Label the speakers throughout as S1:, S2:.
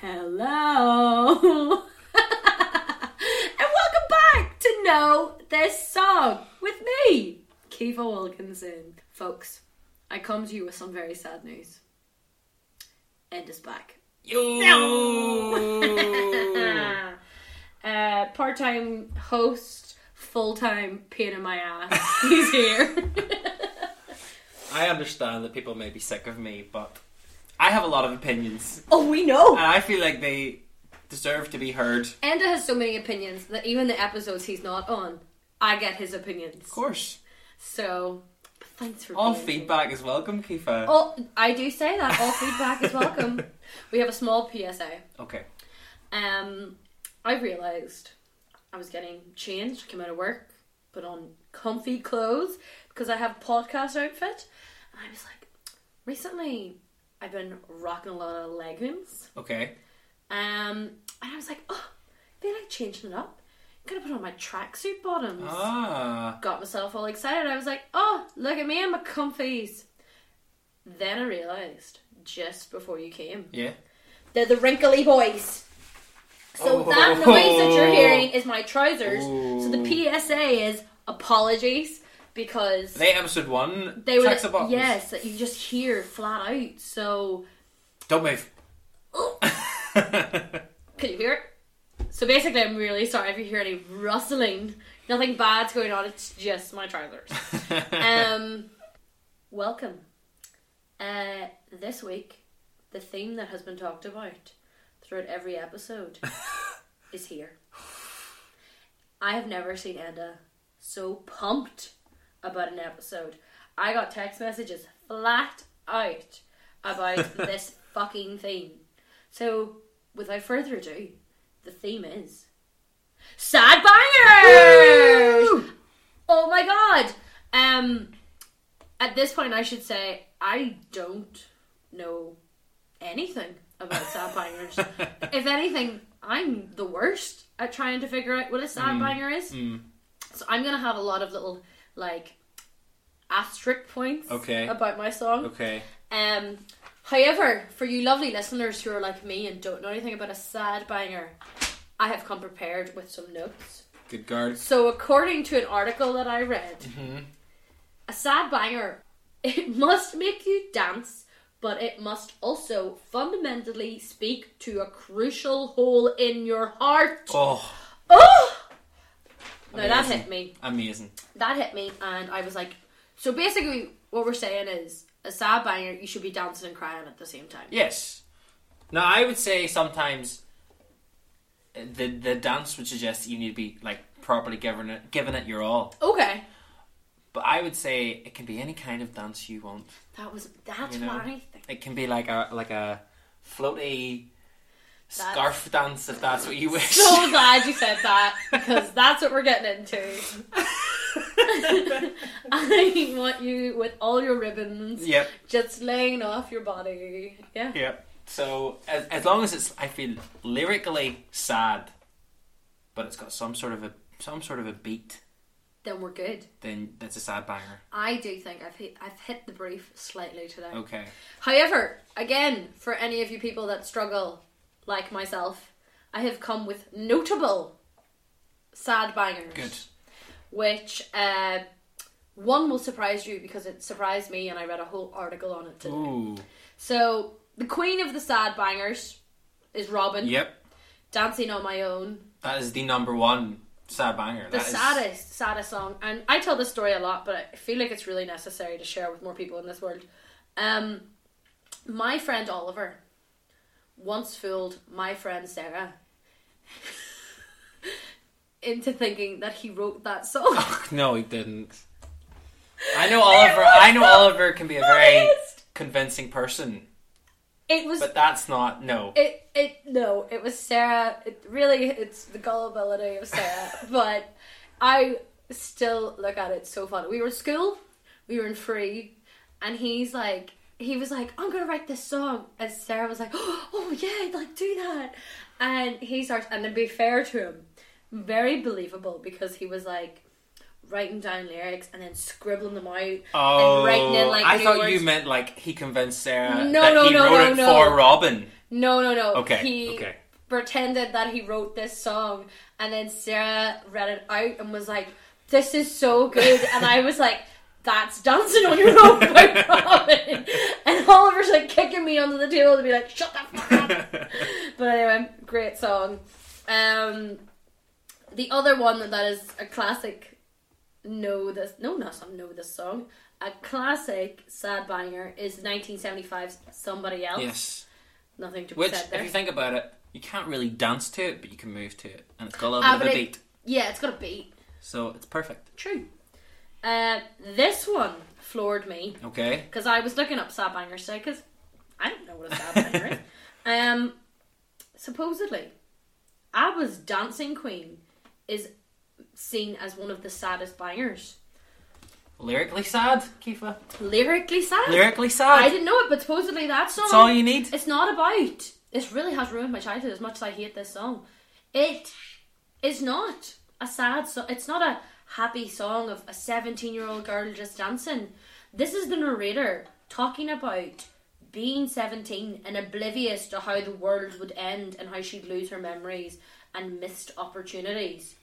S1: Hello. and welcome back to Know This Song with me, Kiva Wilkinson. Folks, I come to you with some very sad news. End is back.
S2: Yo.
S1: Ah. uh, Part time host, full time pain in my ass. He's here.
S2: I understand that people may be sick of me, but I have a lot of opinions,
S1: oh, we know.
S2: and I feel like they deserve to be heard. Of
S1: Enda has so many opinions that even the episodes he's not on, I get his opinions.
S2: course,
S1: So, thanks for
S2: all
S1: being here.
S2: feedback is welcome, Kifa.
S1: Oh, I do say that. All feedback is welcome. We have a small PSA.
S2: Okay.
S1: Um, I realised I was getting changed, came out of work, put on comfy clothes because I have a podcast outfit. And I was like, recently I've been rocking a lot of leggings.
S2: Okay.
S1: Um, and I was like, oh, they like changing it up. I'm gonna put on my tracksuit bottoms
S2: Ah.
S1: got myself all excited. I was like, oh, look at me and my comfies. Then I realised, just before you came,
S2: Yeah.
S1: they're the wrinkly boys. So that
S2: Oh.
S1: noise that you're hearing is my trousers. So the
S2: Oh.
S1: PSA is apologies because
S2: They episode one.
S1: they were
S2: checks the buttons.
S1: yes that you just hear flat out. So
S2: Don't move.
S1: oh, can you hear it? So basically, I'm really sorry if you hear any rustling. Nothing bad's going on. It's just my trousers. um, welcome. Uh, this week, the theme that has been talked about throughout every episode is here. I have never seen Enda so pumped about an episode. I got text messages flat out about this fucking theme. So, without further ado, the theme is sad bangers. Oh my god. Um at this point I should say I don't know anything about sad bangers. if anything, I'm the worst at trying to figure out what a sad banger is.
S2: mm.
S1: So I'm gonna have a lot of little like asterisk points
S2: Okay.
S1: about my song.
S2: Okay.
S1: Um, however, for you lovely listeners who are like me and don't know anything about a sad banger, I have come prepared with some notes.
S2: Good guard. Mm-hmm.
S1: So, according to an article that I read, a sad banger it must make you dance, but it must also fundamentally speak to a crucial hole in your heart.
S2: Oh,
S1: Oh! Now that
S2: Amazing.
S1: hit me
S2: amazing.
S1: that hit me and I was like so basically what we're saying is a sad banger you should be dancing and crying at the same time.
S2: Yes. Now I would say sometimes uh, the the dance would suggest that you need to be like properly giving it giving it your all.
S1: Okay.
S2: But I would say it can be any kind of dance you want.
S1: That was that's
S2: You know,
S1: what I think.
S2: It can be like a like a floaty
S1: That's-
S2: scarf dance if that's what you wish.
S1: So glad you said that because that's what we're getting into. I want you with all your ribbons
S2: yep,
S1: just laying off your body. Yeah.
S2: yep. So as, as long as it's I feel lyrically sad, but it's got some sort of a some sort of a beat,
S1: Then we're good.
S2: then that's a sad banger.
S1: I do think I've hit, I've hit the brief slightly today.
S2: Okay.
S1: However, again, for any of you people that struggle, like myself, I have come with notable sad bangers.
S2: Good.
S1: Which uh, one will surprise you because it surprised me and I read a whole article on it today.
S2: Ooh.
S1: So, the queen of the sad bangers is Robin,
S2: Yep.
S1: Dancing on My Own.
S2: That is the number one sad banger.
S1: The
S2: That is-
S1: saddest, saddest song. And I tell this story a lot, but I feel like it's really necessary to share with more people in this world. Um, my friend Oliver once fooled my friend Sarah into thinking that he wrote that song.
S2: No, he didn't. I know Oliver. I know Oliver can be a very
S1: Honest.
S2: convincing person,
S1: It was
S2: but that's not. No.
S1: It it no, it was Sarah. It really it's the gullibility of Sarah, but I still look at it so funny. We were in school, we were in free, and he's like he was like, I'm gonna write this song and Sarah was like, Oh yeah, like do that and he starts and to be fair to him, very believable because he was like writing down lyrics and then scribbling them out.
S2: Oh,
S1: writing in, like,
S2: I
S1: new
S2: thought
S1: words.
S2: you meant like he convinced Sarah
S1: No,
S2: that
S1: no,
S2: he
S1: no,
S2: wrote
S1: no,
S2: it
S1: no.
S2: for Robin.
S1: No, no, no.
S2: Okay,
S1: He
S2: okay.
S1: pretended that he wrote this song, and then Sarah read it out and was like, "This is so good," and I was like. That's dancing on your own by Robin. And Oliver's like kicking me under the table to be like, shut the fuck up. But anyway, great song. Um, the other one that- that is a classic, no this no not some know this song, a classic sad banger is 1975's Somebody Else.
S2: yes.
S1: Nothing to be
S2: Which,
S1: said
S2: if
S1: there.
S2: you think about it, you can't really dance to it, but you can move to it, and it's got a little
S1: Ah,
S2: bit
S1: but
S2: of a
S1: it-
S2: beat,
S1: yeah, it's got a beat.
S2: so it's perfect.
S1: True. Uh, this one floored me
S2: Okay.
S1: because I was looking up sad bangers today because I don't know what a sad banger is. Um, supposedly, ABBA's Dancing Queen is seen as one of the saddest bangers.
S2: Lyrically sad, Kifa.
S1: Lyrically sad.
S2: Lyrically
S1: I
S2: sad.
S1: didn't know it, but supposedly that song.
S2: That's all you need.
S1: It's not about. This really has ruined my childhood as much as I hate this song. It is not a sad song. It's not a happy song of a 17 year old girl just dancing. This is the narrator talking about being 17 and oblivious to how the world would end and how she'd lose her memories and missed opportunities.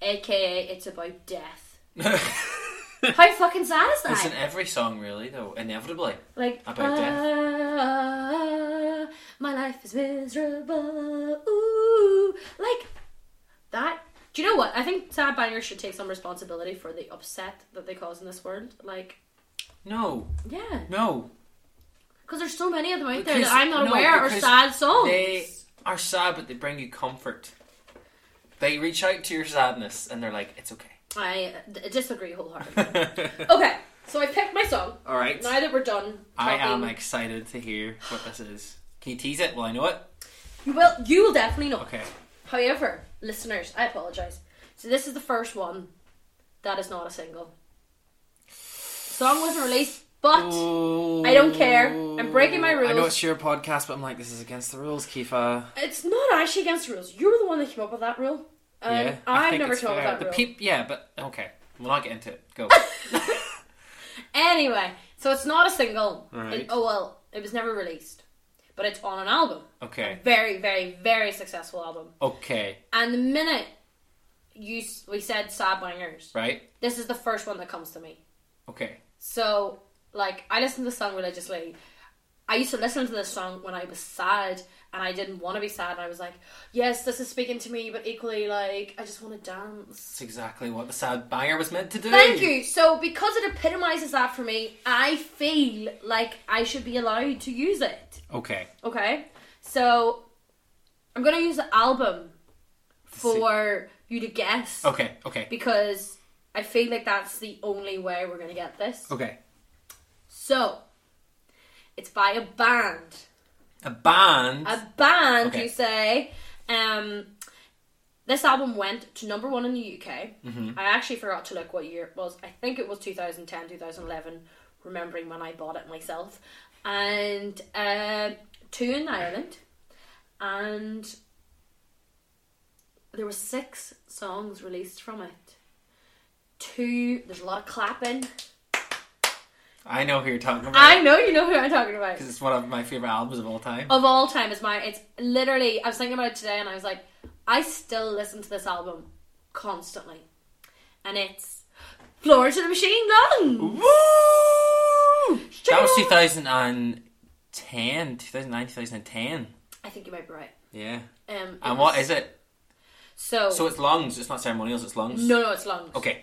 S1: AKA, it's about death. How fucking sad is that?
S2: It's in every song, really, though. Inevitably.
S1: Like
S2: About death.
S1: "Ah, My life is miserable. Ooh, like that. Do you know what? I think sad bangers should take some responsibility for the upset that they cause in this world. Like,
S2: No,
S1: yeah,
S2: no.
S1: because there's so many of them out there
S2: Because-
S1: that I'm not
S2: no,
S1: aware are
S2: because
S1: sad songs.
S2: They are sad, but they bring you comfort. They reach out to your sadness, and they're like, "It's
S1: I d- disagree wholeheartedly.
S2: okay."
S1: okay, so I picked my song.
S2: All right.
S1: Now that we're done,
S2: I uh, am
S1: talking-
S2: excited to hear what this is. Can you tease it? Will I know it?
S1: You will. You will definitely know.
S2: Okay.
S1: However, listeners, I apologise. So this is the first one that is not a single. Song wasn't released, but
S2: Oh.
S1: I don't care. I'm breaking my
S3: I know
S1: rules.
S3: it's your podcast, but I'm like, this is against the rules, Kifa.
S1: it's not actually against the rules. You're the one that came up with that rule. And
S2: yeah. I
S1: Um, I've
S2: think
S1: never
S2: it's
S1: come up with
S2: fair.
S1: that
S2: the
S1: rule.
S2: peep. Yeah, but okay. We'll not get into it. Go.
S1: anyway, so it's not a single.
S2: Alright.
S1: It- oh well, it was never released. But it's on an album.
S2: Okay.
S1: Very, very, very successful album.
S2: Okay.
S1: And the minute you s- we said sad bangers,
S2: Right.
S1: this is the first one that comes to me.
S2: Okay.
S1: So, like, I listen to this song religiously. I used to listen to this song when I was sad and I didn't want to be sad. And I was like, yes, this is speaking to me, but equally, like, I just want to dance.
S2: That's exactly what the sad banger was meant to do.
S1: Thank you. So, because it epitomizes that for me, I feel like I should be allowed to use it.
S2: Okay.
S1: Okay? So, I'm going to use the album for you to guess
S2: Okay. Okay.
S1: because I feel like that's the only way we're going to get this.
S2: Okay.
S1: So, it's by a band.
S2: A band.
S1: A band,
S2: Okay.
S1: you say. Um, this album went to number one in the UK. I actually forgot to look what year it was. I think it was 2010, 2011, remembering when I bought it myself. And uh, two in Ireland. And there were six songs released from it. Two, there's a lot of clapping.
S2: I know who you're talking about.
S1: I know you know who I'm talking about.
S2: Because it's one of my favorite albums of all time.
S1: of all time is my it's literally I was thinking about it today and I was like I still listen to this album constantly and it's Florence and the Machine Gun
S2: Woo! That
S1: Oh.
S2: was
S1: Sure.
S2: 2010, 2009, 2010.
S1: I think you might be right
S2: Yeah.
S1: um
S2: And what is it?
S1: so,
S2: So it's lungs. It's not ceremonials. It's lungs.
S1: no no it's long
S2: Okay.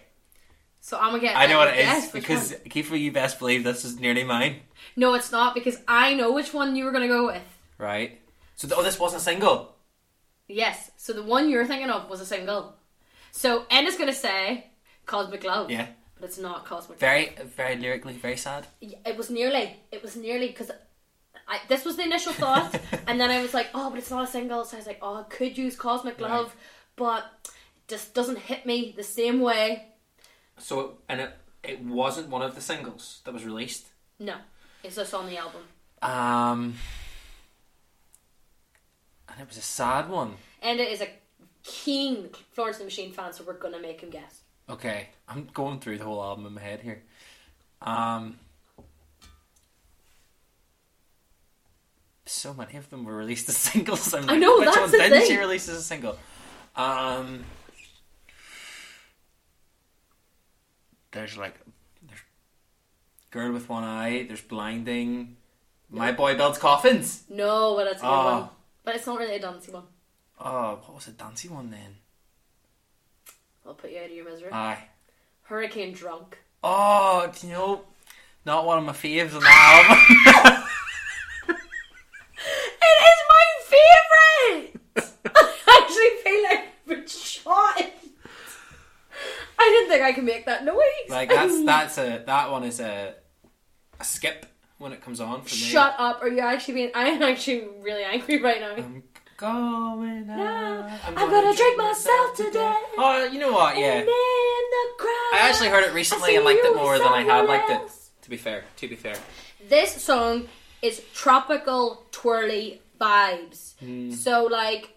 S1: so I'm gonna get
S2: I know what it is
S1: guess which
S2: because
S1: one.
S2: Kiefer, you best believe this is nearly mine,
S1: no it's not because I know which one you were gonna go with
S2: right? So th- oh, this wasn't a single.
S1: yes so the one you were thinking of was a single so N is gonna say Cosmic Love
S2: Yeah.
S1: but it's not Cosmic Love.
S2: Very, very lyrically, very sad.
S1: Yeah, it was nearly it was nearly because I, this was the initial thought and then I was like oh but it's not a single so I was like oh I could use Cosmic
S2: Right.
S1: Love but it just doesn't hit me the same way
S2: So it, and it, it wasn't one of the singles that was released.
S1: no it's just on the album
S2: Um, and it was a sad one.
S1: and it is a keen Florence and the Machine fan so we're gonna make him guess
S2: Okay, I'm going through the whole album in my head here. Um, so many of them were released as singles. I'm
S1: I
S2: like,
S1: know,
S2: which
S1: that's
S2: one
S1: the
S2: didn't she
S1: thing.
S2: release as a single? Um, there's like, there's Girl with One Eye. There's Blinding. My boy builds coffins.
S1: No, but it's a good
S2: Ah.
S1: one. But it's not really a dancey one.
S2: Oh, what was the dancey one then?
S1: I'll put you out of your misery.
S2: Aye.
S1: Hurricane Drunk.
S2: Oh, do you know? Not one of my faves on the album.
S1: It is my favourite! I actually feel like I've been shot. I didn't think I could make that noise.
S2: Like that's that's a that one is a a skip when it comes on for me.
S1: Shut up. Are you actually being. I'm actually really angry right now.
S2: I'm going out.
S1: No, I'm
S2: gonna
S1: gonna drink myself to death.
S2: Oh, you know what?
S1: And
S2: Yeah,
S1: in the crowd,
S2: I actually heard it
S1: see
S2: recently and liked it
S1: you
S2: more than I had
S1: somewhere
S2: liked it.
S1: else.
S2: To be fair, to be fair.
S1: This song is tropical, twirly vibes.
S2: Hmm.
S1: So, like,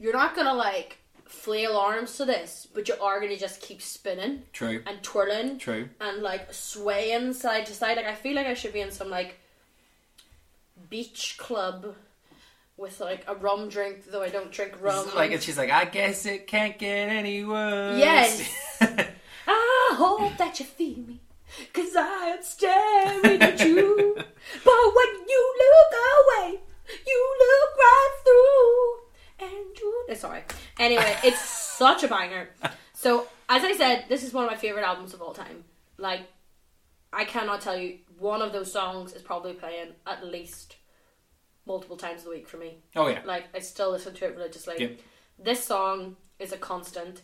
S1: you're not gonna, like, flail arms to this, but you are gonna just keep spinning
S2: True.
S1: and twirling
S2: True.
S1: and, like, swaying side to side. Like, I feel like I should be in some, like, beach club with, like, a rum drink, though I don't drink rum.
S2: Like and she's like, I guess it can't get any worse.
S1: Yes. I hope that you feel me, cause I am staring at you. but when you look away, you look right through. And you. eh, Sorry. Anyway, it's such a banger. So, as I said, this is one of my favorite albums of all time. Like, I cannot tell you, one of those songs is probably playing at least multiple times a week for me.
S2: oh yeah.
S1: Like I still listen to it religiously.
S2: Yep.
S1: This song is a constant.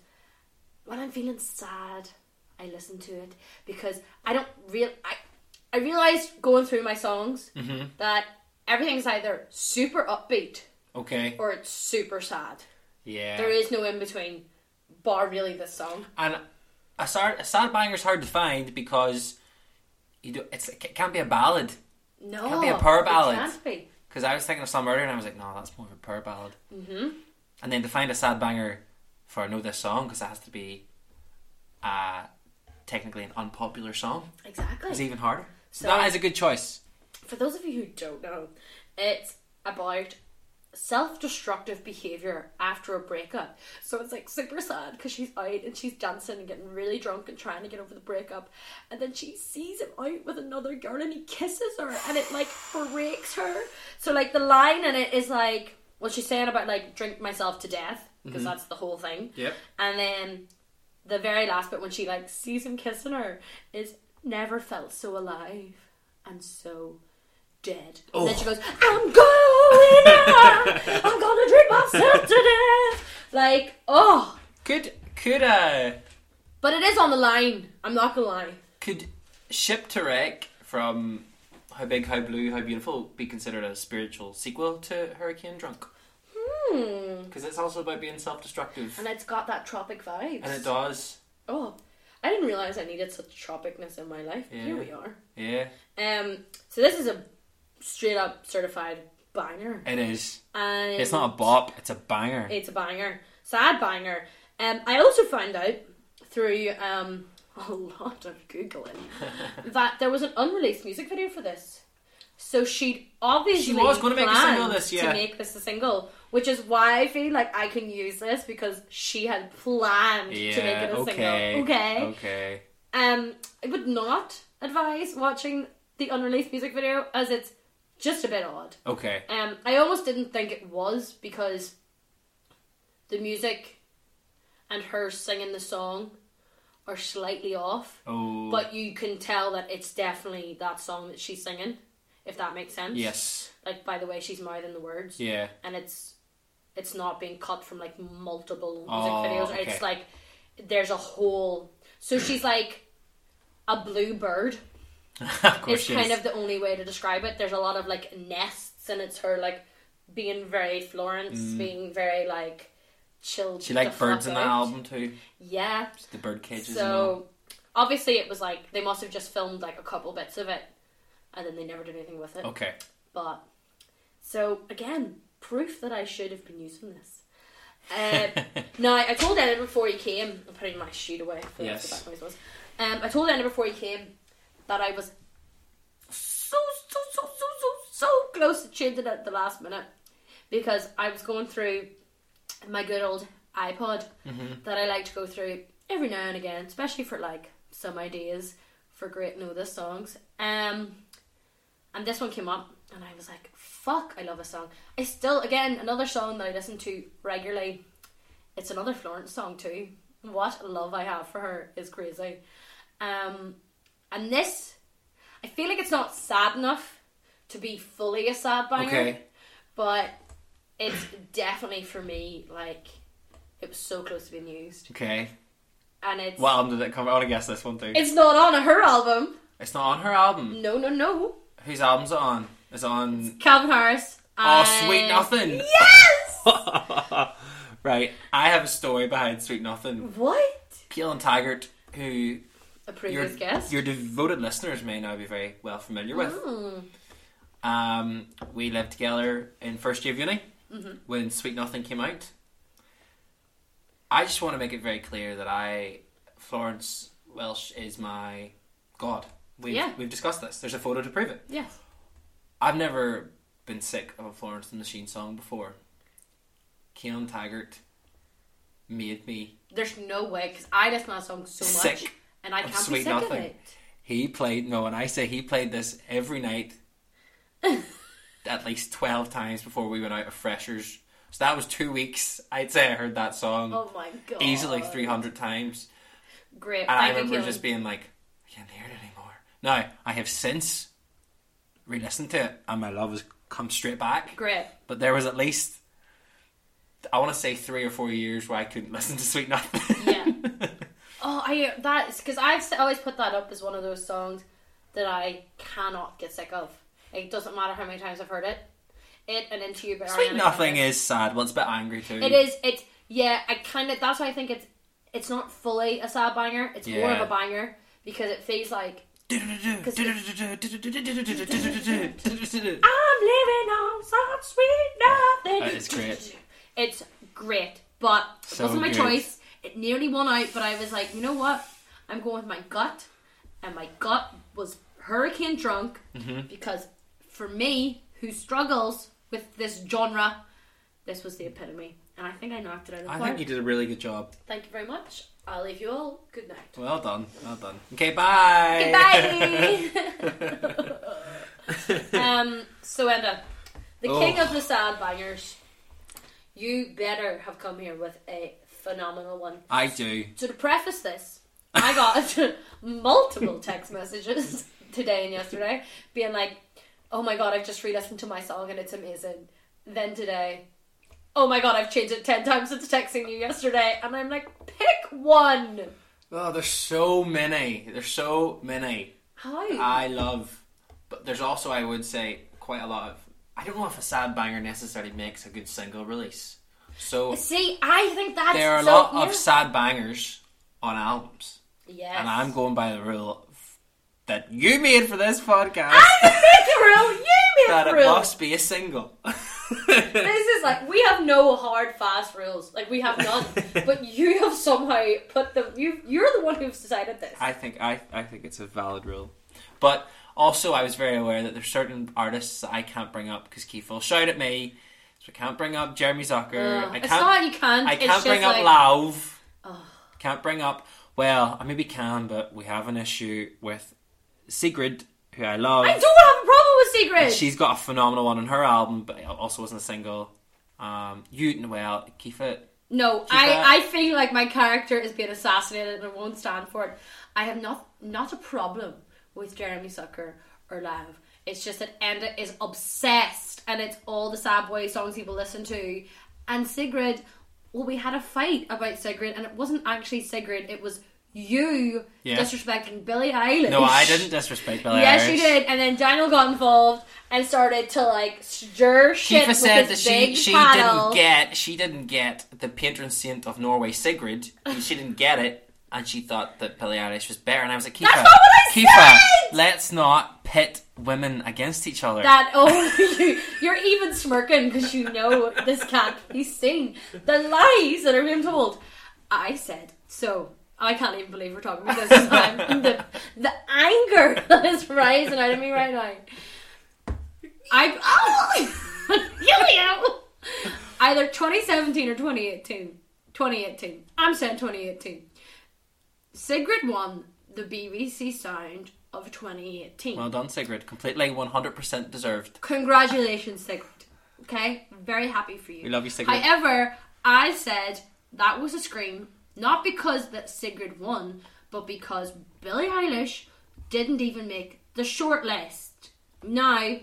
S1: When I'm feeling sad, I listen to it because I don't real I I realized going through my songs
S2: Mm-hmm.
S1: that everything's either super upbeat
S2: Okay.
S1: or it's super sad.
S2: Yeah.
S1: There is no in between bar really this song.
S2: and a sad, a sad banger's hard to find because you do, it's, it can't be a ballad.
S1: No.
S2: Can't be a power
S1: it
S2: ballad.
S1: can't be.
S2: Because I was thinking of some earlier and I was like, no, that's more of a power ballad. Mm-hmm. And then to find a sad banger for I know this song, because it has to be uh, technically an unpopular song, is
S1: Exactly.
S2: even harder. So
S1: So-
S2: that is a good choice.
S1: For those of you who don't know, it's about self-destructive behavior after a breakup. So it's like super sad because she's out and she's dancing and getting really drunk and trying to get over the breakup, and then she sees him out with another girl and he kisses her and it like breaks her. So like the line in it is like what she's saying about like drink myself to death because that's the whole thing.
S2: Yep.
S1: And then the very last bit when she like sees him kissing her is never felt so alive and so dead. And then she
S2: Oh.
S1: goes, I'm going out. I'm gonna drink myself to death. Like, oh,
S2: Could could uh
S1: but it is on the line. I'm not gonna lie.
S2: could Ship to Wreck from How Big, How Blue, How Beautiful be considered a spiritual sequel to Hurricane Drunk?
S1: Hmm.
S2: Because it's also about being self-destructive,
S1: And it's got that tropic vibes.
S2: and it does.
S1: oh, I didn't realize I needed such tropicness in my life. but Here
S2: Yeah.
S1: we are.
S2: Yeah,
S1: Um. So this is a straight up certified banger.
S2: it is.
S1: And
S2: It's not a bop; it's a banger.
S1: It's a banger. Sad banger. Um, I also found out through um, a lot of Googling that there was an unreleased music video for this. So she'd obviously
S2: She was gonna make a
S1: planned
S2: single this year.
S1: To make this a single, which is why I feel like I can use this because she had planned to make it a single. Okay.
S2: Okay.
S1: Um, I would not advise watching the unreleased music video as it's just a bit odd.
S2: Okay.
S1: Um, I almost didn't think it was because the music and her singing the song are slightly off,
S2: Oh.
S1: but you can tell that it's definitely that song that she's singing, if that makes sense.
S2: yes.
S1: Like by the way she's mouthing the words,
S2: Yeah.
S1: and it's it's not being cut from like multiple music
S2: Oh,
S1: videos.
S2: okay.
S1: It's like there's a whole. So she's like a blue bird
S2: of course.
S1: it's
S2: she
S1: kind
S2: is.
S1: of the only way to describe it. There's a lot of like nests, and it's her like being very Florence, being very like chilled.
S2: Mm. She liked
S1: the
S2: birds
S1: fuck
S2: in that
S1: out.
S2: album too.
S1: Yeah.
S2: Just the bird cages. and all.
S1: So obviously, it was like they must have just filmed like a couple bits of it, and then they never did anything with it.
S2: Okay.
S1: But so again, proof that I should have been using this. Uh, now, I told Anna before he came, I'm putting my sheet away for
S2: Yes.
S1: the back noise was. Um, I told Anna before he came that I was so, so, so, so, so, so close to changing it at the last minute because I was going through my good old iPod that I like to go through every now and again, especially for like some ideas for great know this songs. Um, and this one came up, and I was like, "Fuck, I love this song." I still, again, another song that I listen to regularly. It's another Florence song too. What a love I have for her is crazy. Um, and this, I feel like it's not sad enough to be fully a sad banger,
S3: Okay.
S1: but it's definitely for me like it was so close to being used,
S2: Okay.
S1: and it's
S2: What album did it cover? I want to guess this one too.
S1: it's not on her album.
S2: It's not on her album.
S1: No, no, no.
S2: Whose album's it on? It's on.
S1: Calvin Harris.
S2: Oh, Sweet
S1: and-
S2: Nothing.
S1: Yes.
S2: Right. I have a story behind Sweet Nothing.
S1: what?
S2: Peel and Taggart, who
S1: A
S2: your,
S1: previous guest.
S2: your devoted listeners may now be very well familiar with.
S1: Mm.
S2: Um, we lived together in first year of uni when Sweet Nothing came out. I just want to make it very clear that I, Florence Welsh, is my god. We've,
S1: Yeah.
S2: we've discussed this. There's a photo to prove it.
S1: Yes.
S2: I've never been sick of a Florence and the Machine song before. Keon Taggart made me.
S1: There's no way because I listen to that song so much,
S2: Sick
S1: and I
S2: of
S1: can't be
S2: Sweet
S1: sick
S2: Nothing.
S1: of it.
S2: He played no, and I say he played this every night, at least twelve times before we went out of freshers. So that was two weeks. I'd say I heard that song
S1: Oh my god.
S2: easily three hundred times,
S1: Great.
S2: and I
S1: Thank you,
S2: remember
S1: Keelan.
S2: just being like, I can't hear it anymore. Now I have since re-listened to it, and my love has come straight back.
S1: Great.
S2: But there was at least, I want to say three or four years where I couldn't listen to Sweet Nothing.
S1: Yeah. Oh, I that's because I've s- always put that up as one of those songs that I cannot get sick of. It doesn't matter how many times I've heard it. It and Into You by
S2: Sweet
S1: Ariana
S2: Nothing
S1: Grande.
S2: is sad. Well, it's a bit angry too.
S1: It is. It's yeah. I kind of. That's why I think it's. It's not fully a sad banger. It's more of
S2: Yeah.
S1: a banger because it feels like I'm living on some sweet nothing.
S2: That is great.
S1: It's great, but it
S2: So
S1: wasn't my
S2: good.
S1: choice. It nearly won out, but I was like, you know what? I'm going with my gut, and my gut was hurricane drunk
S2: Mm-hmm.
S1: because for me, who struggles with this genre, this was the epitome, and I think I knocked it out of the
S2: I
S1: park.
S2: think you did a really good job.
S1: Thank you very much. I'll leave you all. Good night.
S2: Well done. Well done. Okay, bye.
S1: Goodbye. um, so Enda, the
S2: Oh.
S1: king of the sad bangers, you better have come here with a phenomenal one.
S2: I do.
S1: So to preface this, I got multiple text messages today and yesterday being like, "Oh my god, I've just re-listened to my song and it's amazing." Then today, "Oh my god, I've changed it ten times since texting you yesterday," and I'm like, "Pick one."
S2: Oh, there's so many. There's so many.
S1: How?
S2: I love, but there's also I would say quite a lot of. I don't know if a sad banger necessarily makes a good single release. So
S1: See, I think that's
S2: there are a
S1: so,
S2: lot
S1: yeah.
S2: of sad bangers on albums,
S1: Yes.
S2: and I'm going by the rule f- that you made for this podcast
S1: I didn't make the rule. You made
S2: that
S1: the
S2: it
S1: rule.
S2: must be a single.
S1: This is like we have no hard fast rules. Like we have none. but you have somehow put them. You you're the one who's decided this.
S3: I think I I think it's a valid rule.
S2: But also, I was very aware that there's certain artists that I can't bring up because Keith will shout at me. So I can't bring up Jeremy Zucker.
S1: Uh,
S2: I can't.
S1: it's not you can't.
S2: I
S1: it's
S2: can't
S1: just
S2: bring up
S1: like,
S2: Lauv.
S1: Oh.
S2: Can't bring up. Well, I maybe can, but we have an issue with Sigrid, who I love.
S1: I don't have a problem with
S2: And
S1: secrets.
S2: She's got a phenomenal one on her album, but it also wasn't a single. Um, you well, keep it.
S1: No,
S2: Keep that-
S1: I, I feel like my character is being assassinated and I won't stand for it. I have not not a problem with Jeremy Sucker or Lav. It's just that Enda is obsessed and it's all the sad boy songs he will listen to. And Sigrid, well, we had a fight about Sigrid and it wasn't actually Sigrid, it was you
S2: Yeah.
S1: disrespecting Billie Eilish.
S2: No, I didn't disrespect Billie
S1: Yes,
S2: Eilish.
S1: you did. And then Daniel got involved and started to like stir shit.
S2: Kifa
S1: with
S2: said that
S1: his
S2: she
S1: big
S2: she
S1: paddle.
S2: didn't get she didn't get the patron saint of Norway Sigrid. she didn't get it, and she thought that Billie Eilish was better. And I was like, Keefa,
S1: That's not what I
S2: Keefa,
S1: said!
S2: let's not pit women against each other.
S1: That oh you you're even smirking because you know this can't be seen. The lies that are being told. I said so. I can't even believe we're talking about this. I'm, the the anger that is rising out of me right now. I oh you know. either 2017 or 2018. 2018. I'm saying 2018. Sigrid won the BBC Sound of 2018.
S2: well done, Sigrid. Completely 100% deserved.
S1: Congratulations, Sigrid. Okay, I'm very happy for you.
S2: We love you, Sigrid.
S1: However, I said that was a scream, not because that Sigrid won, but because Billie Eilish didn't even make the shortlist. Now,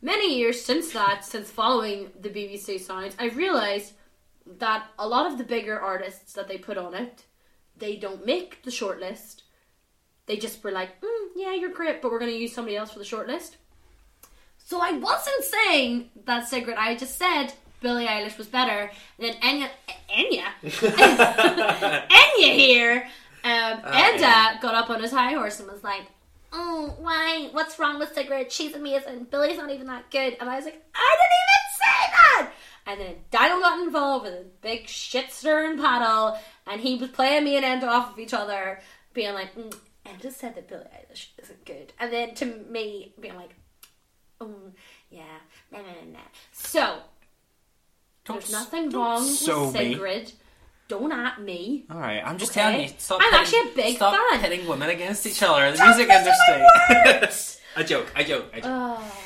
S1: many years since that, since following the BBC Sounds, I've realised that a lot of the bigger artists that they put on it, they don't make the shortlist. They just were like, mm, yeah, you're great, but we're going to use somebody else for the shortlist. So I wasn't saying that Sigrid. I just said Billie Eilish was better. And then Enya, Enya, Enya here, um, Enda got up on his high horse and was like, "Oh, why? What's wrong with Sigrid? She's amazing. Billie's not even that good." And I was like, "I didn't even say that." And then Dino got involved with a big shit stirring paddle, and he was playing me and Enda off of each other, being like, mm, "Enda said that Billie Eilish isn't good," and then to me being like. Oh, yeah. Nah, nah, nah, nah. So,
S2: Don't
S1: there's
S2: s-
S1: nothing wrong
S2: sue
S1: with
S2: me.
S1: Sigrid. Don't at me.
S2: All right, I'm just
S1: Okay.
S2: telling you. Stop
S1: I'm
S2: pitting-
S1: actually a big
S2: stop
S1: fan.
S2: pitting women against each other in the
S1: Stop
S2: music
S1: messing with
S2: industry.
S1: my
S2: a joke. A joke. A joke.
S1: Oh,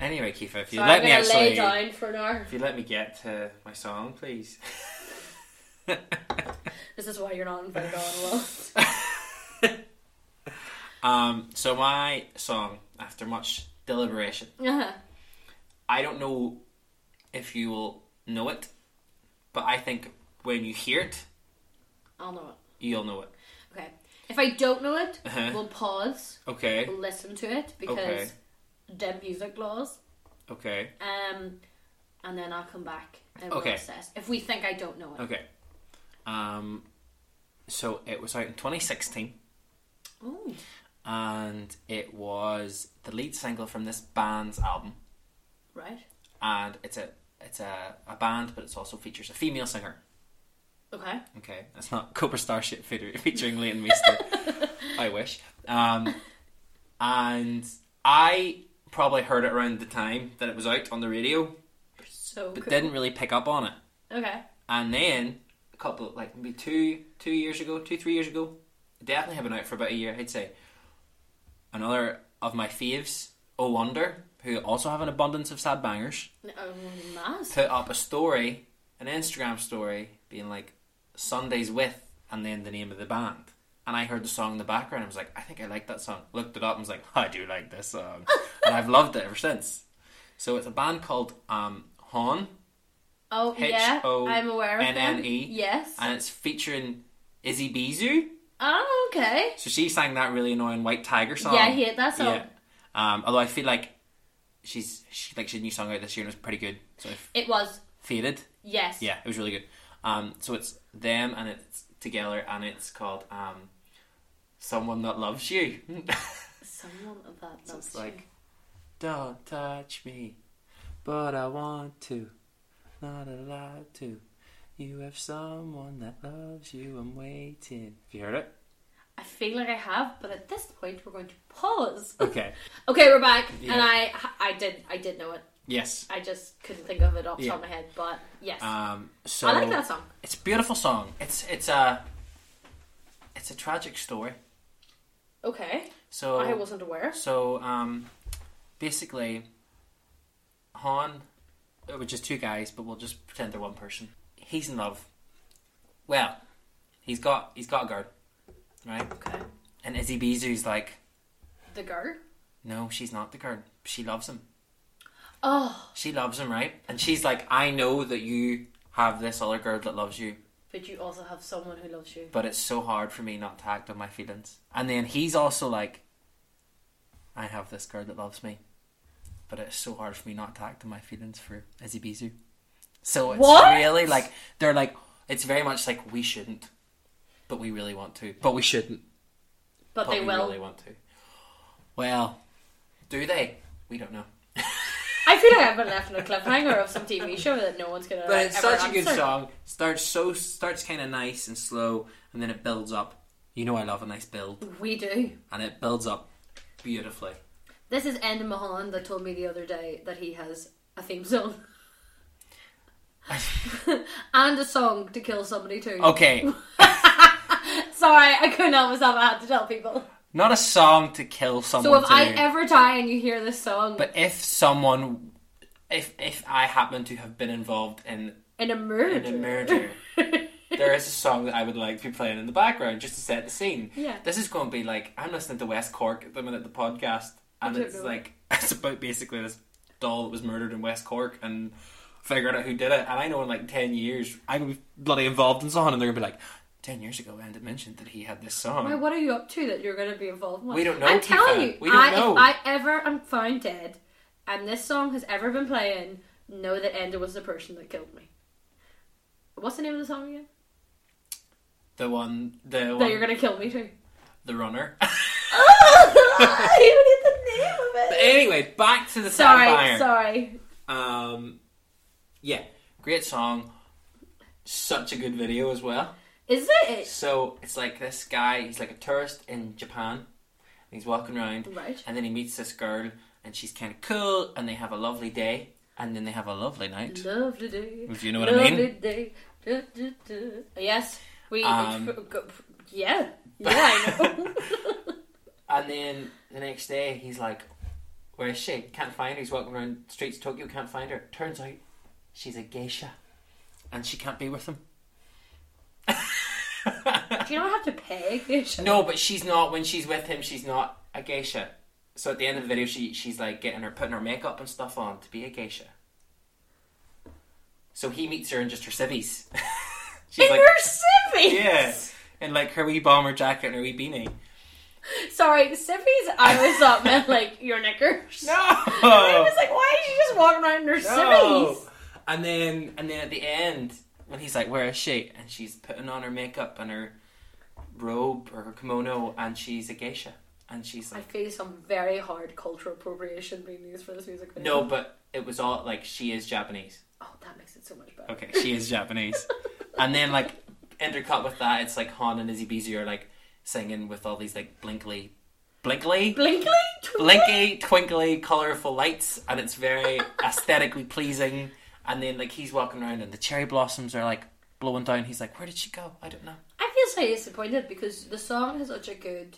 S2: anyway, Keefa, if you
S1: sorry,
S2: let
S1: I'm
S2: me
S1: gonna lay
S2: actually,
S1: down for an hour.
S2: if you let me get to my song, please.
S1: This is why you're not invited on. Well,
S2: um, so my song, after much deliberation,
S1: uh-huh.
S2: I don't know if you will know it, but I think when you hear it,
S1: I'll know it.
S2: you'll know it.
S1: Okay. If I don't know it,
S2: Uh-huh.
S1: we'll pause,
S2: Okay.
S1: we'll listen to it because
S2: Okay.
S1: dead music laws.
S2: Okay.
S1: Um, and then I'll come back and
S2: Okay.
S1: we'll assess if we think I don't know it.
S2: Okay. Um, so it was out in 2016.
S1: Oh,
S2: and it was the lead single from this band's album.
S1: right.
S2: And it's a it's a, a band, but it also features a female singer.
S1: Okay.
S2: Okay, it's not Cobra Starship fe- featuring Leighton Meester. I wish. Um, and I probably heard it around the time that it was out on the radio,
S1: So
S2: but
S1: cool.
S2: didn't really pick up on it.
S1: Okay.
S2: And then a couple, like maybe two, two years ago, two, three years ago, definitely have been out for about a year, I'd say. Another of my faves, Oh Wonder, who also have an abundance of sad bangers,
S1: Oh, nice.
S2: put up a story, an Instagram story, being like Sundays with, and then the name of the band. And I heard the song in the background. I was like, I think I like that song. Looked it up and was like, I do like this song, and I've loved it ever since. So it's a band called um, Hon.
S1: Oh
S2: H
S1: yeah,
S2: O
S1: I'm aware of
S2: N
S1: them.
S2: N E.
S1: Yes.
S2: and it's featuring Izzy Bizu.
S1: oh okay.
S2: So she sang that really annoying White Tiger song.
S1: Yeah, I hate that song.
S2: Yeah. Um, although I feel like she's she like she had a new song out this year and it was pretty good. So it
S1: It was
S2: faded.
S1: yes.
S2: Yeah, it was really good. Um, so it's them and it's together and it's called um, "Someone That Loves You."
S1: Someone of that
S2: so
S1: loves
S2: it's like, don't touch me, but I want to. Not allowed to. You have someone that loves you. I'm waiting. Have you heard it?
S1: you. I feel like I have, but at this point we're going to pause.
S2: Okay.
S1: okay, we're back,
S2: Yeah.
S1: and I I did I did know it.
S2: Yes.
S1: I just couldn't think of it off the
S2: Yeah.
S1: top of my head, but yes,
S2: Um, so
S1: I like that song.
S2: it's a beautiful song. It's it's a it's a tragic story.
S1: Okay,
S2: So
S1: I wasn't aware.
S2: so um, basically, Han, uh, which is two guys, but we'll just pretend they're one person. He's in love. Well, he's got he's got a girl, right?
S1: Okay,
S2: And Izzy Bizu's like,
S1: the girl.
S2: no, she's not the girl. She loves him.
S1: Oh,
S2: She loves him, right? And she's like, I know that you have this other girl that loves you.
S1: but you also have someone who loves you.
S2: but it's so hard for me not to act on my feelings. And then he's also like, I have this girl that loves me, but it's so hard for me not to act on my feelings for Izzy Bizu. So it's
S1: What?
S2: really like, they're like, it's very much like, we shouldn't, but we really want to. But we shouldn't.
S1: But, they
S2: we
S1: will.
S2: really want to. Well, do they? We don't know.
S1: I feel like I've been left in a cliffhanger of some TV show that no one's gonna.
S2: But it's
S1: ever
S2: such a good
S1: answer.
S2: song. Starts so starts kind of nice and slow, and then it builds up. You know I love a nice build,
S1: We do.
S2: and it builds up beautifully.
S1: This is Enda Mahan that told me the other day that he has a theme song. and a song to kill somebody too.
S2: Okay,
S1: Sorry, I couldn't help myself. I had to tell people.
S2: not a song to kill someone.
S1: So if I
S2: to,
S1: ever die and you hear this song,
S2: but if someone, if if I happen to have been involved in
S1: in a murder,
S2: in a murder. there is a song that I would like to be playing in the background just to set the scene.
S1: Yeah.
S2: This is going to be like I'm listening to West Cork at the minute the podcast, and
S1: don't
S2: it's
S1: know.
S2: like it's about basically this doll that was murdered in West Cork and figuring out who did it. And I know in like ten years I'm gonna be bloody involved in something, and they're gonna be like, ten years ago, Andy mentioned that he had this song.
S1: Why, what are you up to that you're going to be involved with?
S2: We don't know,
S1: I'm
S2: Tifa.
S1: telling you,
S2: We don't
S1: I,
S2: know.
S1: if I ever am found dead and this song has ever been playing, know that Enda was the person that killed me. What's the name of the song again?
S2: the one, the
S1: That
S2: one,
S1: you're going to kill me too.
S2: the runner.
S1: I even hit the name of
S2: But anyway, back to the
S1: Sorry,
S2: Sapphire.
S1: sorry.
S2: Um, yeah, great song. Such a good video as well.
S1: Is it?
S2: So it's like this guy, he's like a tourist in Japan. And he's walking around
S1: Right.
S2: and then he meets this girl and she's kind of cool and they have a lovely day and then they have a lovely night.
S1: Lovely day.
S2: If you know what I mean.
S1: Lovely day. Du, du, du. Yes, we.
S2: Um,
S1: yeah, yeah, I know.
S2: And then the next day he's like, Where is she? Can't find her. He's walking around streets of Tokyo, can't find her. Turns out she's a geisha and she can't be with him.
S1: Do you not have to pay? Geisha?
S2: No, but she's not. When she's with him, she's not a geisha. So at the end of the video, she she's like getting her putting her makeup and stuff on to be a geisha. So he meets her in just her civvies. she's
S1: In
S2: like,
S1: her civvies.
S2: yeah, and like her wee bomber jacket and her wee beanie.
S1: Sorry, civvies. I always thought meant like your knickers. I
S2: No,
S1: was like, why is she just walking around in her
S2: no.
S1: civvies?
S2: And then and then at the end, when he's like, "Where is she?" and she's putting on her makeup and her robe or her kimono, and she's a geisha, and she's
S1: I
S2: like.
S1: feel some very hard cultural appropriation being used for this music video.
S2: No, but it was all like she is Japanese.
S1: Oh, that makes it so much better.
S2: Okay, she is Japanese. and then like intercut with that, it's like Han and Izzy Beezy are like singing with all these like blinkly, blinkly,
S1: Blinkly.
S2: blinky, twinkly, colorful lights, and it's very aesthetically pleasing. And then like he's walking around, and the cherry blossoms are like blowing down. He's like, "Where did she go? I don't know."
S1: I feel so disappointed because the song has such a good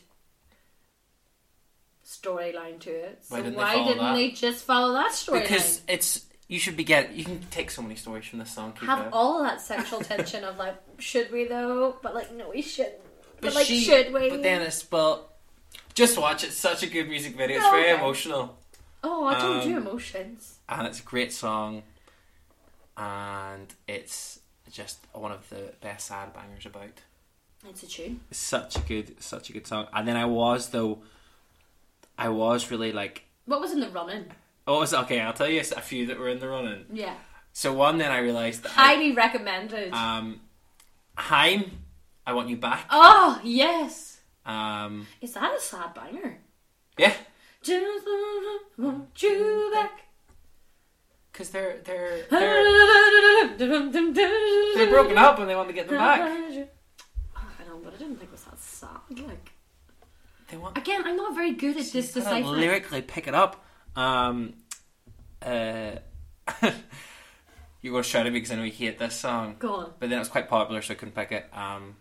S1: storyline to it. So why
S2: Why didn't
S1: didn't,
S2: they follow that?
S1: they just follow that storyline?
S2: Because it's you should be get you can take so many stories from this song. Keith,
S1: have
S2: uh,
S1: all that sexual tension of like, should we though? But like, no, we shouldn't. But,
S2: But
S1: like,
S2: she-
S1: should we?
S2: But then it's well, just watch. It's such a good music video. It's
S1: Oh,
S2: very
S1: okay.
S2: emotional.
S1: oh, I don't do
S2: um,
S1: emotions.
S2: and it's a great song, and it's just one of the best sad bangers about.
S1: It's a tune.
S3: Such a good, such a good song. And then I was though, I was really like,
S1: What was in the running?
S2: Oh, it's okay. I'll tell you a few that were in the running.
S1: Yeah,
S2: So one, then I realised that I,
S1: highly recommended.
S2: um, Heim, I want you back.
S1: oh yes,
S2: Um,
S1: is that a sad banger?
S2: yeah,
S1: Just wanna want you back.
S2: because they're they're they're they're broken up and they want to get them back.
S1: Oh, I know, but I didn't think it was that sad. Like
S2: They want
S1: again, I'm not very good at this
S2: She's gotta
S1: deciphering.
S2: lyrically pick it up. Um, uh, you were shouting because I know you hate this song,
S1: Go on.
S2: but then it was quite popular, so I couldn't pick it. Um,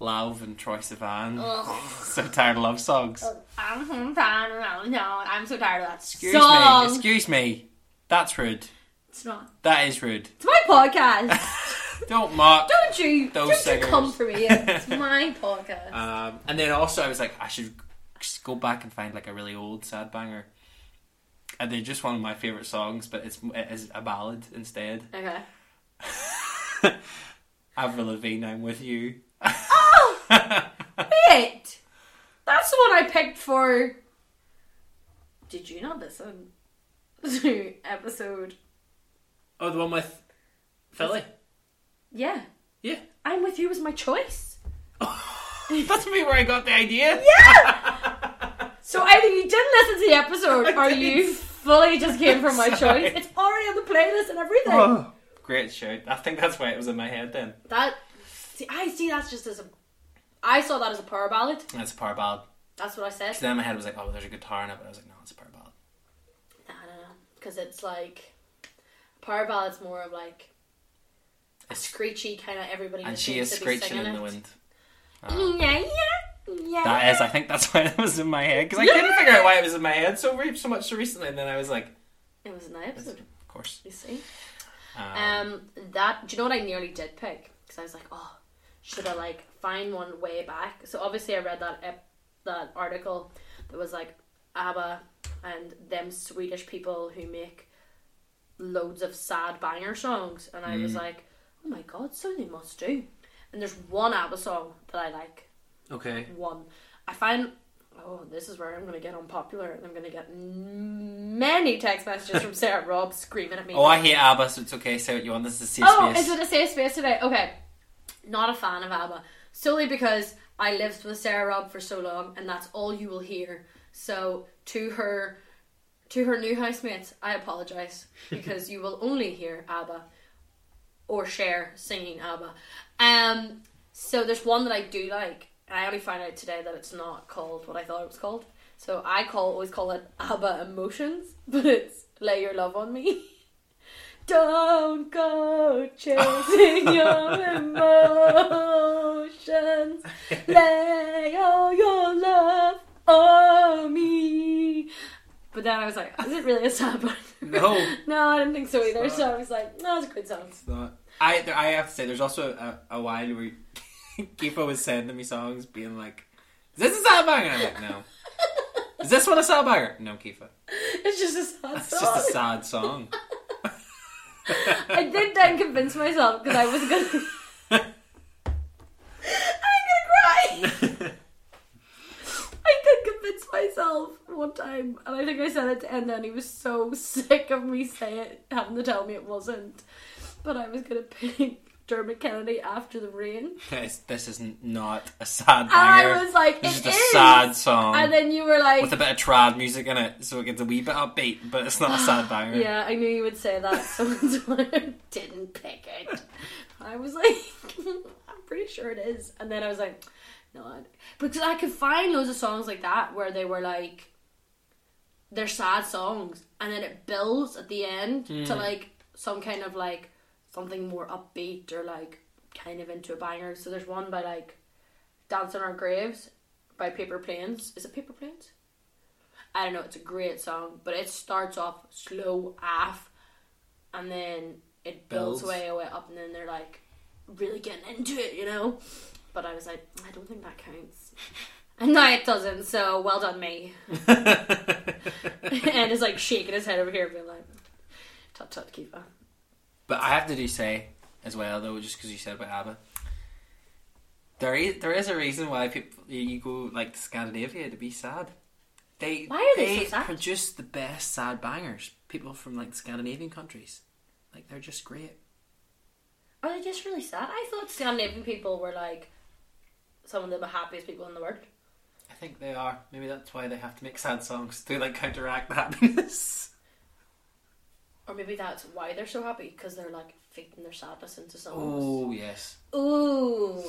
S2: Lauv and Troy Sivan,
S1: Oh, Ugh.
S2: so tired of love songs.
S1: Oh. I'm from town around now. I'm so tired of that
S2: Excuse
S1: song.
S2: me, excuse me. That's rude.
S1: It's not.
S2: That is rude.
S1: It's my podcast.
S2: Don't mock.
S1: don't you?
S2: Those
S1: don't
S2: singers.
S1: you come for me? It's my podcast.
S2: Um, and then also I was like, I should just go back and find like a really old sad banger. And they're just one of my favorite songs, but it's it is a ballad instead.
S1: okay.
S2: Avril Lavigne, I'm with you. Oh,
S1: It. Oh, That's the one I picked for. Did you not listen to episode?
S2: Oh, the one with Philly.
S1: Yeah.
S2: Yeah.
S1: I'm with you was my choice.
S2: That's me where I got the idea.
S1: So either you didn't listen to the episode, or you fully just came from my
S2: Sorry.
S1: choice. It's already on the playlist and everything.
S3: Oh.
S2: Great shout. I think that's why it was in my head then.
S1: That see, I see that's just as a. I saw that as a power ballad.
S2: That's a power ballad.
S1: That's what I said.
S2: So then in my head I was like, oh, there's a guitar in it, but I was like, no, it's a power ballad.
S1: I don't know because it's like power ballad's more of like a
S2: It's-
S1: screechy kind of everybody.
S2: And
S1: just
S2: she
S1: seems
S2: is
S1: to be
S2: screeching
S1: singing
S2: in
S1: it.
S2: the wind.
S1: Yeah, yeah, yeah.
S2: That is, I think that's why it was in my head because I couldn't figure out why it was in my head so re- so much so recently, and then I was like,
S1: It was an episode.
S2: of course.
S1: You see.
S2: Um,
S1: Um, that do you know what I nearly did pick? Because I was like, oh, should I like find one way back? So obviously I read that ep- that article that was like ABBA and them Swedish people who make loads of sad banger songs, and I
S2: Mm.
S1: was like, oh my god, so they must do. And there's one ABBA song that I like.
S3: Okay.
S1: One, I find. Oh, this is where I'm going to get unpopular, and I'm going to get many text messages from Sarah Robb screaming at me.
S2: oh, I hate ABBA, so it's okay. Say what you want. This is a safe
S1: Oh,
S2: space.
S1: is it a safe space today? Okay. Not a fan of ABBA. Solely because I lived with Sarah Robb for so long and that's all you will hear. So to her to her new housemates, I apologize because you will only hear ABBA or Cher singing ABBA. Um so there's one that I do like. And I only found out today that it's not called what I thought it was called. So I call always call it ABBA Emotions, but it's Lay Your Love on Me. Don't go chasing your emotions. Lay all your love on me. But then I was like, is it really a sad one?
S2: No.
S1: no, I didn't think so either. So I was like, no, it's a good song.
S3: not. I there- I have to say, there's also a, a while where Kipo was sending me songs, being like, "Is this a sad banger?" And I'm like, "No." Is this one a sad banger? No, Kifa.
S1: It's just a sad
S3: It's
S1: song.
S3: just a sad song.
S1: I did then convince myself because I was gonna. I'm gonna cry. I did convince myself one time, and I think I said it to Enda, and he was so sick of me saying it, having to tell me it wasn't. But I was gonna pick Dermot Kennedy after the rain,
S2: This, this is n- not a sad
S1: and
S2: banger.
S1: I was like,
S2: it's
S1: "It
S2: just
S1: is."
S2: a sad song
S1: and then you were like,
S2: with a bit of trad music in it, so it gets a wee bit upbeat, but it's not a sad banger.
S1: Yeah, I knew you would say that. So that's why I didn't pick it. I was like, I'm pretty sure it is. And then I was like, no, I- because I could find loads of songs like that where they were like, they're sad songs, and then it builds at the end to like some kind of like something more upbeat or like kind of into a banger. So there's one by like Dance on Our Graves by Paper Planes. Is it Paper Planes? I don't know, it's a great song, but it starts off slow off and then it builds,
S3: Builds.
S1: way way up and then they're like really getting into it, you know? But I was like, I don't think that counts. And no, it doesn't, so well done me. and is like shaking his head over here being like Tut tut Kiva.
S2: But I have to do say as well, though, just because you said about ABBA, there is there is a reason why people you- you go like to Scandinavia to be sad. They
S1: Why are they so sad?
S2: produce the best sad bangers. People from like Scandinavian countries, like they're just great.
S1: Are they just really sad? I thought Scandinavian people were like some of the happiest people in the world.
S2: I think they are. Maybe that's why they have to make sad songs to like counteract the happiness.
S1: Or maybe that's why they're so happy because they're like faking their sadness into songs.
S2: Oh yes,
S1: Ooh,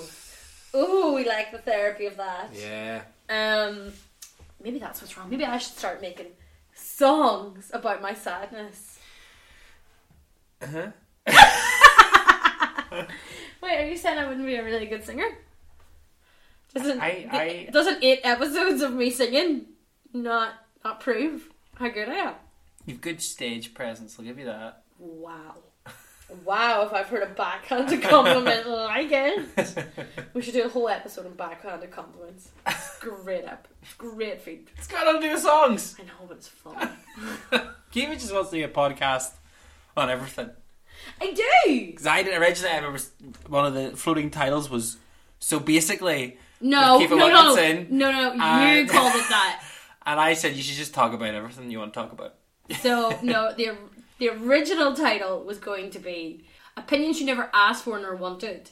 S1: ooh, we like the therapy of that.
S3: yeah.
S1: Um, maybe that's what's wrong. Maybe I should start making songs about my sadness. Uh-huh. Wait, are you saying I wouldn't be a really good singer? Doesn't
S2: I- I-
S1: doesn't eight episodes of me singing not not prove how good I am?
S2: you've good stage presence. I'll give you that.
S1: Wow. Wow, if I've heard a backhanded compliment like it. We should do a whole episode on backhanded compliments. It's great up. Great feed.
S2: It's got nothing to do with songs.
S1: I know, but it's fun.
S2: Kiva just wants to do a podcast on everything.
S1: I do!
S2: Because I did, originally, I remember s- one of the floating titles was so basically,
S1: No,
S2: Keep it
S1: no,
S2: like
S1: no.
S2: it's in.
S1: No, no, you
S2: And-
S1: called it that.
S2: and I said you should just talk about everything you want to talk about.
S1: So, no, the, the original title was going to be Opinions You Never Asked For Nor Wanted.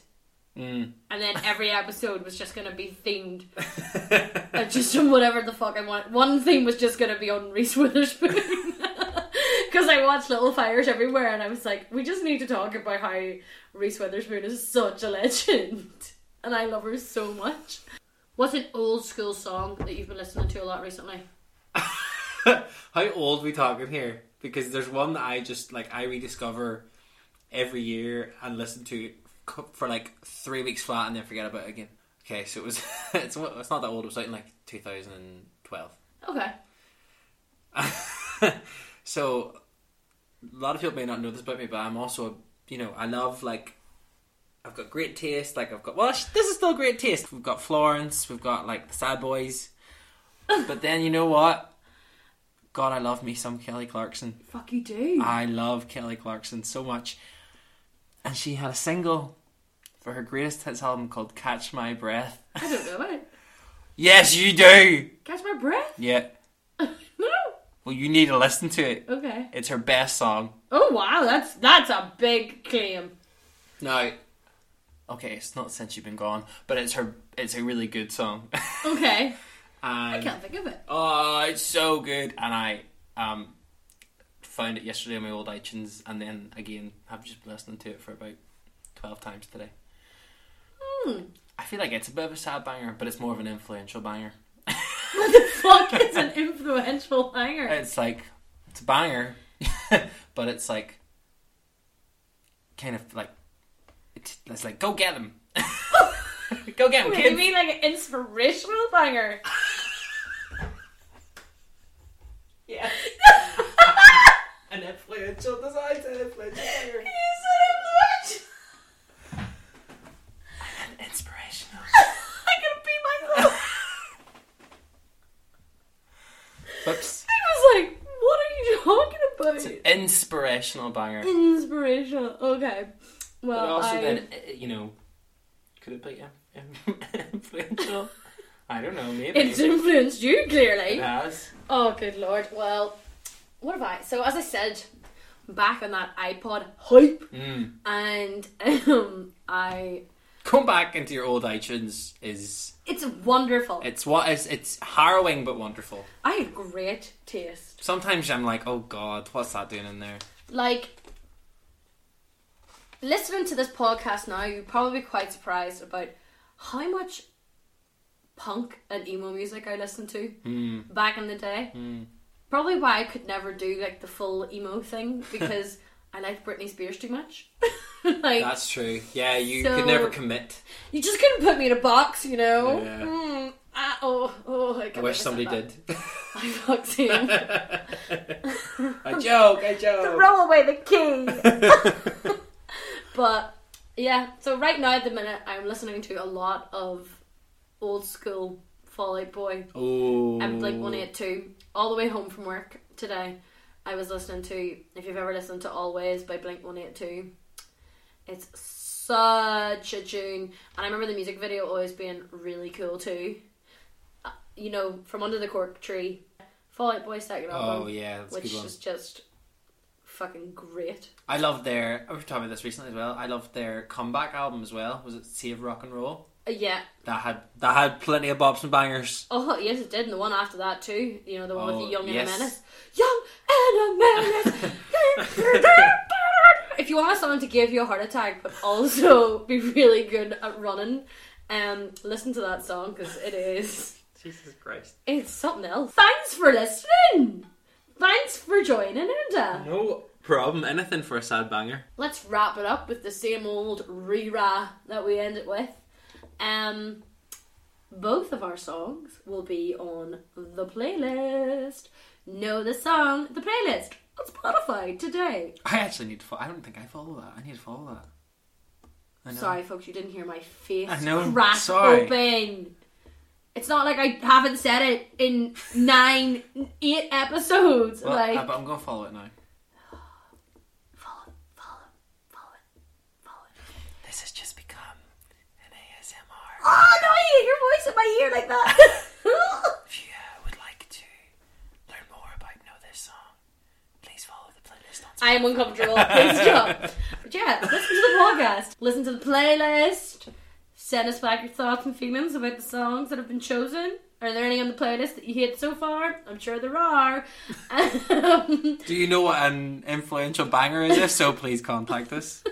S2: Mm.
S1: and then every episode was just going to be themed uh, just on whatever the fuck I want. One theme was just going to be on Reese Witherspoon. Because I watched Little Fires everywhere, and I was like, we just need to talk about how Reese Witherspoon is such a legend, and I love her so much. What's an old school song that you've been listening to a lot recently?
S2: How old we talking here? Because there's one that I just like I rediscover every year and listen to co- for like three weeks flat and then forget about it again. Okay, so it was it's it's not that old. It was out in like 2012.
S1: Okay,
S2: so a lot of people may not know this about me, but I'm also you know I love like I've got great taste. Like I've got well, sh- this is still great taste. We've got Florence. We've got like the Sad Boys. but then you know what? God, I love me some Kelly Clarkson.
S1: fuck you do.
S2: I love Kelly Clarkson so much. And she had a single for her greatest hits album called Catch My Breath.
S1: I don't know about it.
S2: yes, you do!
S1: Catch my breath.
S2: Yeah.
S1: No.
S2: Well, you need to listen to it.
S1: Okay.
S2: It's her best song.
S1: Oh wow, that's that's a big claim.
S2: No. Okay, it's not since you've been gone, but it's her. It's a really good song.
S1: Okay, I
S2: and,
S1: can't think of it.
S2: oh, it's so good. And I um found it yesterday on my old iTunes, and then again, I've just been listening to it for about twelve times today.
S1: Hmm.
S4: I feel like it's a bit of a sad banger, but it's more of an influential banger.
S1: What the fuck is an influential banger?
S4: It's like it's a banger, but it's like kind of like it's, it's like go get them, go get them,
S1: Wait, you
S4: kid.
S1: mean like an inspirational banger?
S2: Yeah. An influential design an influential player.
S1: He's
S4: Inspirational.
S1: I could pee myself.
S4: Whoops.
S1: I was like, what are you
S4: It's
S1: talking
S4: an inspirational banger.
S1: about? Inspirational. Okay.
S4: But
S1: Well,
S4: also
S1: I,
S4: then, uh,
S2: eh,
S4: you know, could it be um, influential? I don't know, maybe.
S1: it's influenced you clearly.
S4: it has.
S1: Oh, good lord. Well, what have I? So as I said, back on that iPod hype,
S4: Mm.
S1: and um, I.
S2: Hmm. Come back into your old iTunes is
S1: It's wonderful.
S2: it's what is it's harrowing but wonderful.
S1: I had great taste.
S2: Sometimes I'm like, oh god, what's that doing in there?
S1: like listening to this podcast now you're probably quite surprised about how much punk and emo music i listened to
S2: Hmm.
S1: back in the day probably why i could never do like the full emo thing because i liked britney spears too much like
S2: That's true. Yeah, you
S1: So-
S2: could never commit.
S1: you just couldn't put me in a box you know
S2: Yeah.
S1: Mm, ah, oh, oh, I,
S2: I
S1: can't
S2: wish
S1: listen to
S2: somebody did.
S1: that. I fucked him.
S2: a joke, a joke.
S1: Throw away the key. but yeah, so right now at the minute, I'm listening to a lot of old school Fall Out Boy.
S2: Oh,
S1: I'm like 182. All the way home from work today, I was listening to, if you've ever listened to Always by Blink 182, it's such a tune. And I remember the music video always being really cool too. Uh, you know, from under the cork tree. Fall Out Boy's second album
S2: Oh yeah, that's a
S1: which
S2: good one.
S1: is just fucking great.
S2: I love their. We were talking about this recently as well. I loved their comeback album as well. Was it Save Rock and Roll?
S1: Uh, yeah.
S2: That had that had plenty of bops and bangers.
S1: Oh yes, it did. And the one after that too. You know the one with
S2: Oh,
S1: the young
S2: yes.
S1: and the menace. Young and a menace. if you want someone to give you a heart attack, but also be really good at running, um, listen to that song because it is
S2: Jesus Christ.
S1: it's something else. Thanks for listening. Thanks for joining, Enda.
S2: No problem. Anything for a sad banger.
S1: let's wrap it up with the same old rira that we end it with. Um, both of our songs will be on the playlist. Know the song, the playlist on Spotify today.
S2: I actually need to. Fo- I don't think I follow that. I need to follow that. I know.
S1: Sorry, folks, you didn't hear my face
S2: I know,
S1: crack
S2: sorry.
S1: open. It's not like I haven't said it in nine, eight episodes.
S2: Well,
S1: like,
S2: uh, but I'm gonna follow it now.
S1: follow, follow, follow, follow.
S4: This has just become an ASMR.
S1: Oh no, I hear your voice in my ear like that.
S4: If you uh, would like to learn more about Know This Song, please follow the playlist on Spotify.
S1: I am uncomfortable. Please stop. But yeah, listen to the podcast. Listen to the playlist. Send us back your thoughts and feelings about the songs that have been chosen. Are there any on the playlist that you hate so far? I'm sure there are. Um,
S3: Do you know what an influential banger is? If so, please contact us.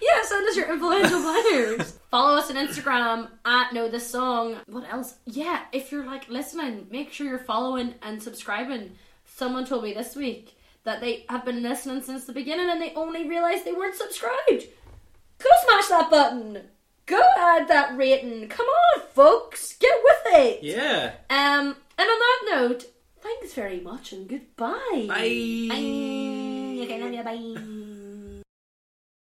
S1: yeah, send us your influential bangers. Follow us on Instagram at Know This Song. What else? Yeah, if you're like listening, make sure you're following and subscribing. Someone told me this week that they have been listening since the beginning and they only realised they weren't subscribed. Go smash that button. Go add that rating. Come on, folks, get with it.
S3: Yeah.
S1: Um, and on that note, thanks very much and goodbye.
S3: Bye.
S1: Bye. Okay, love you. Bye.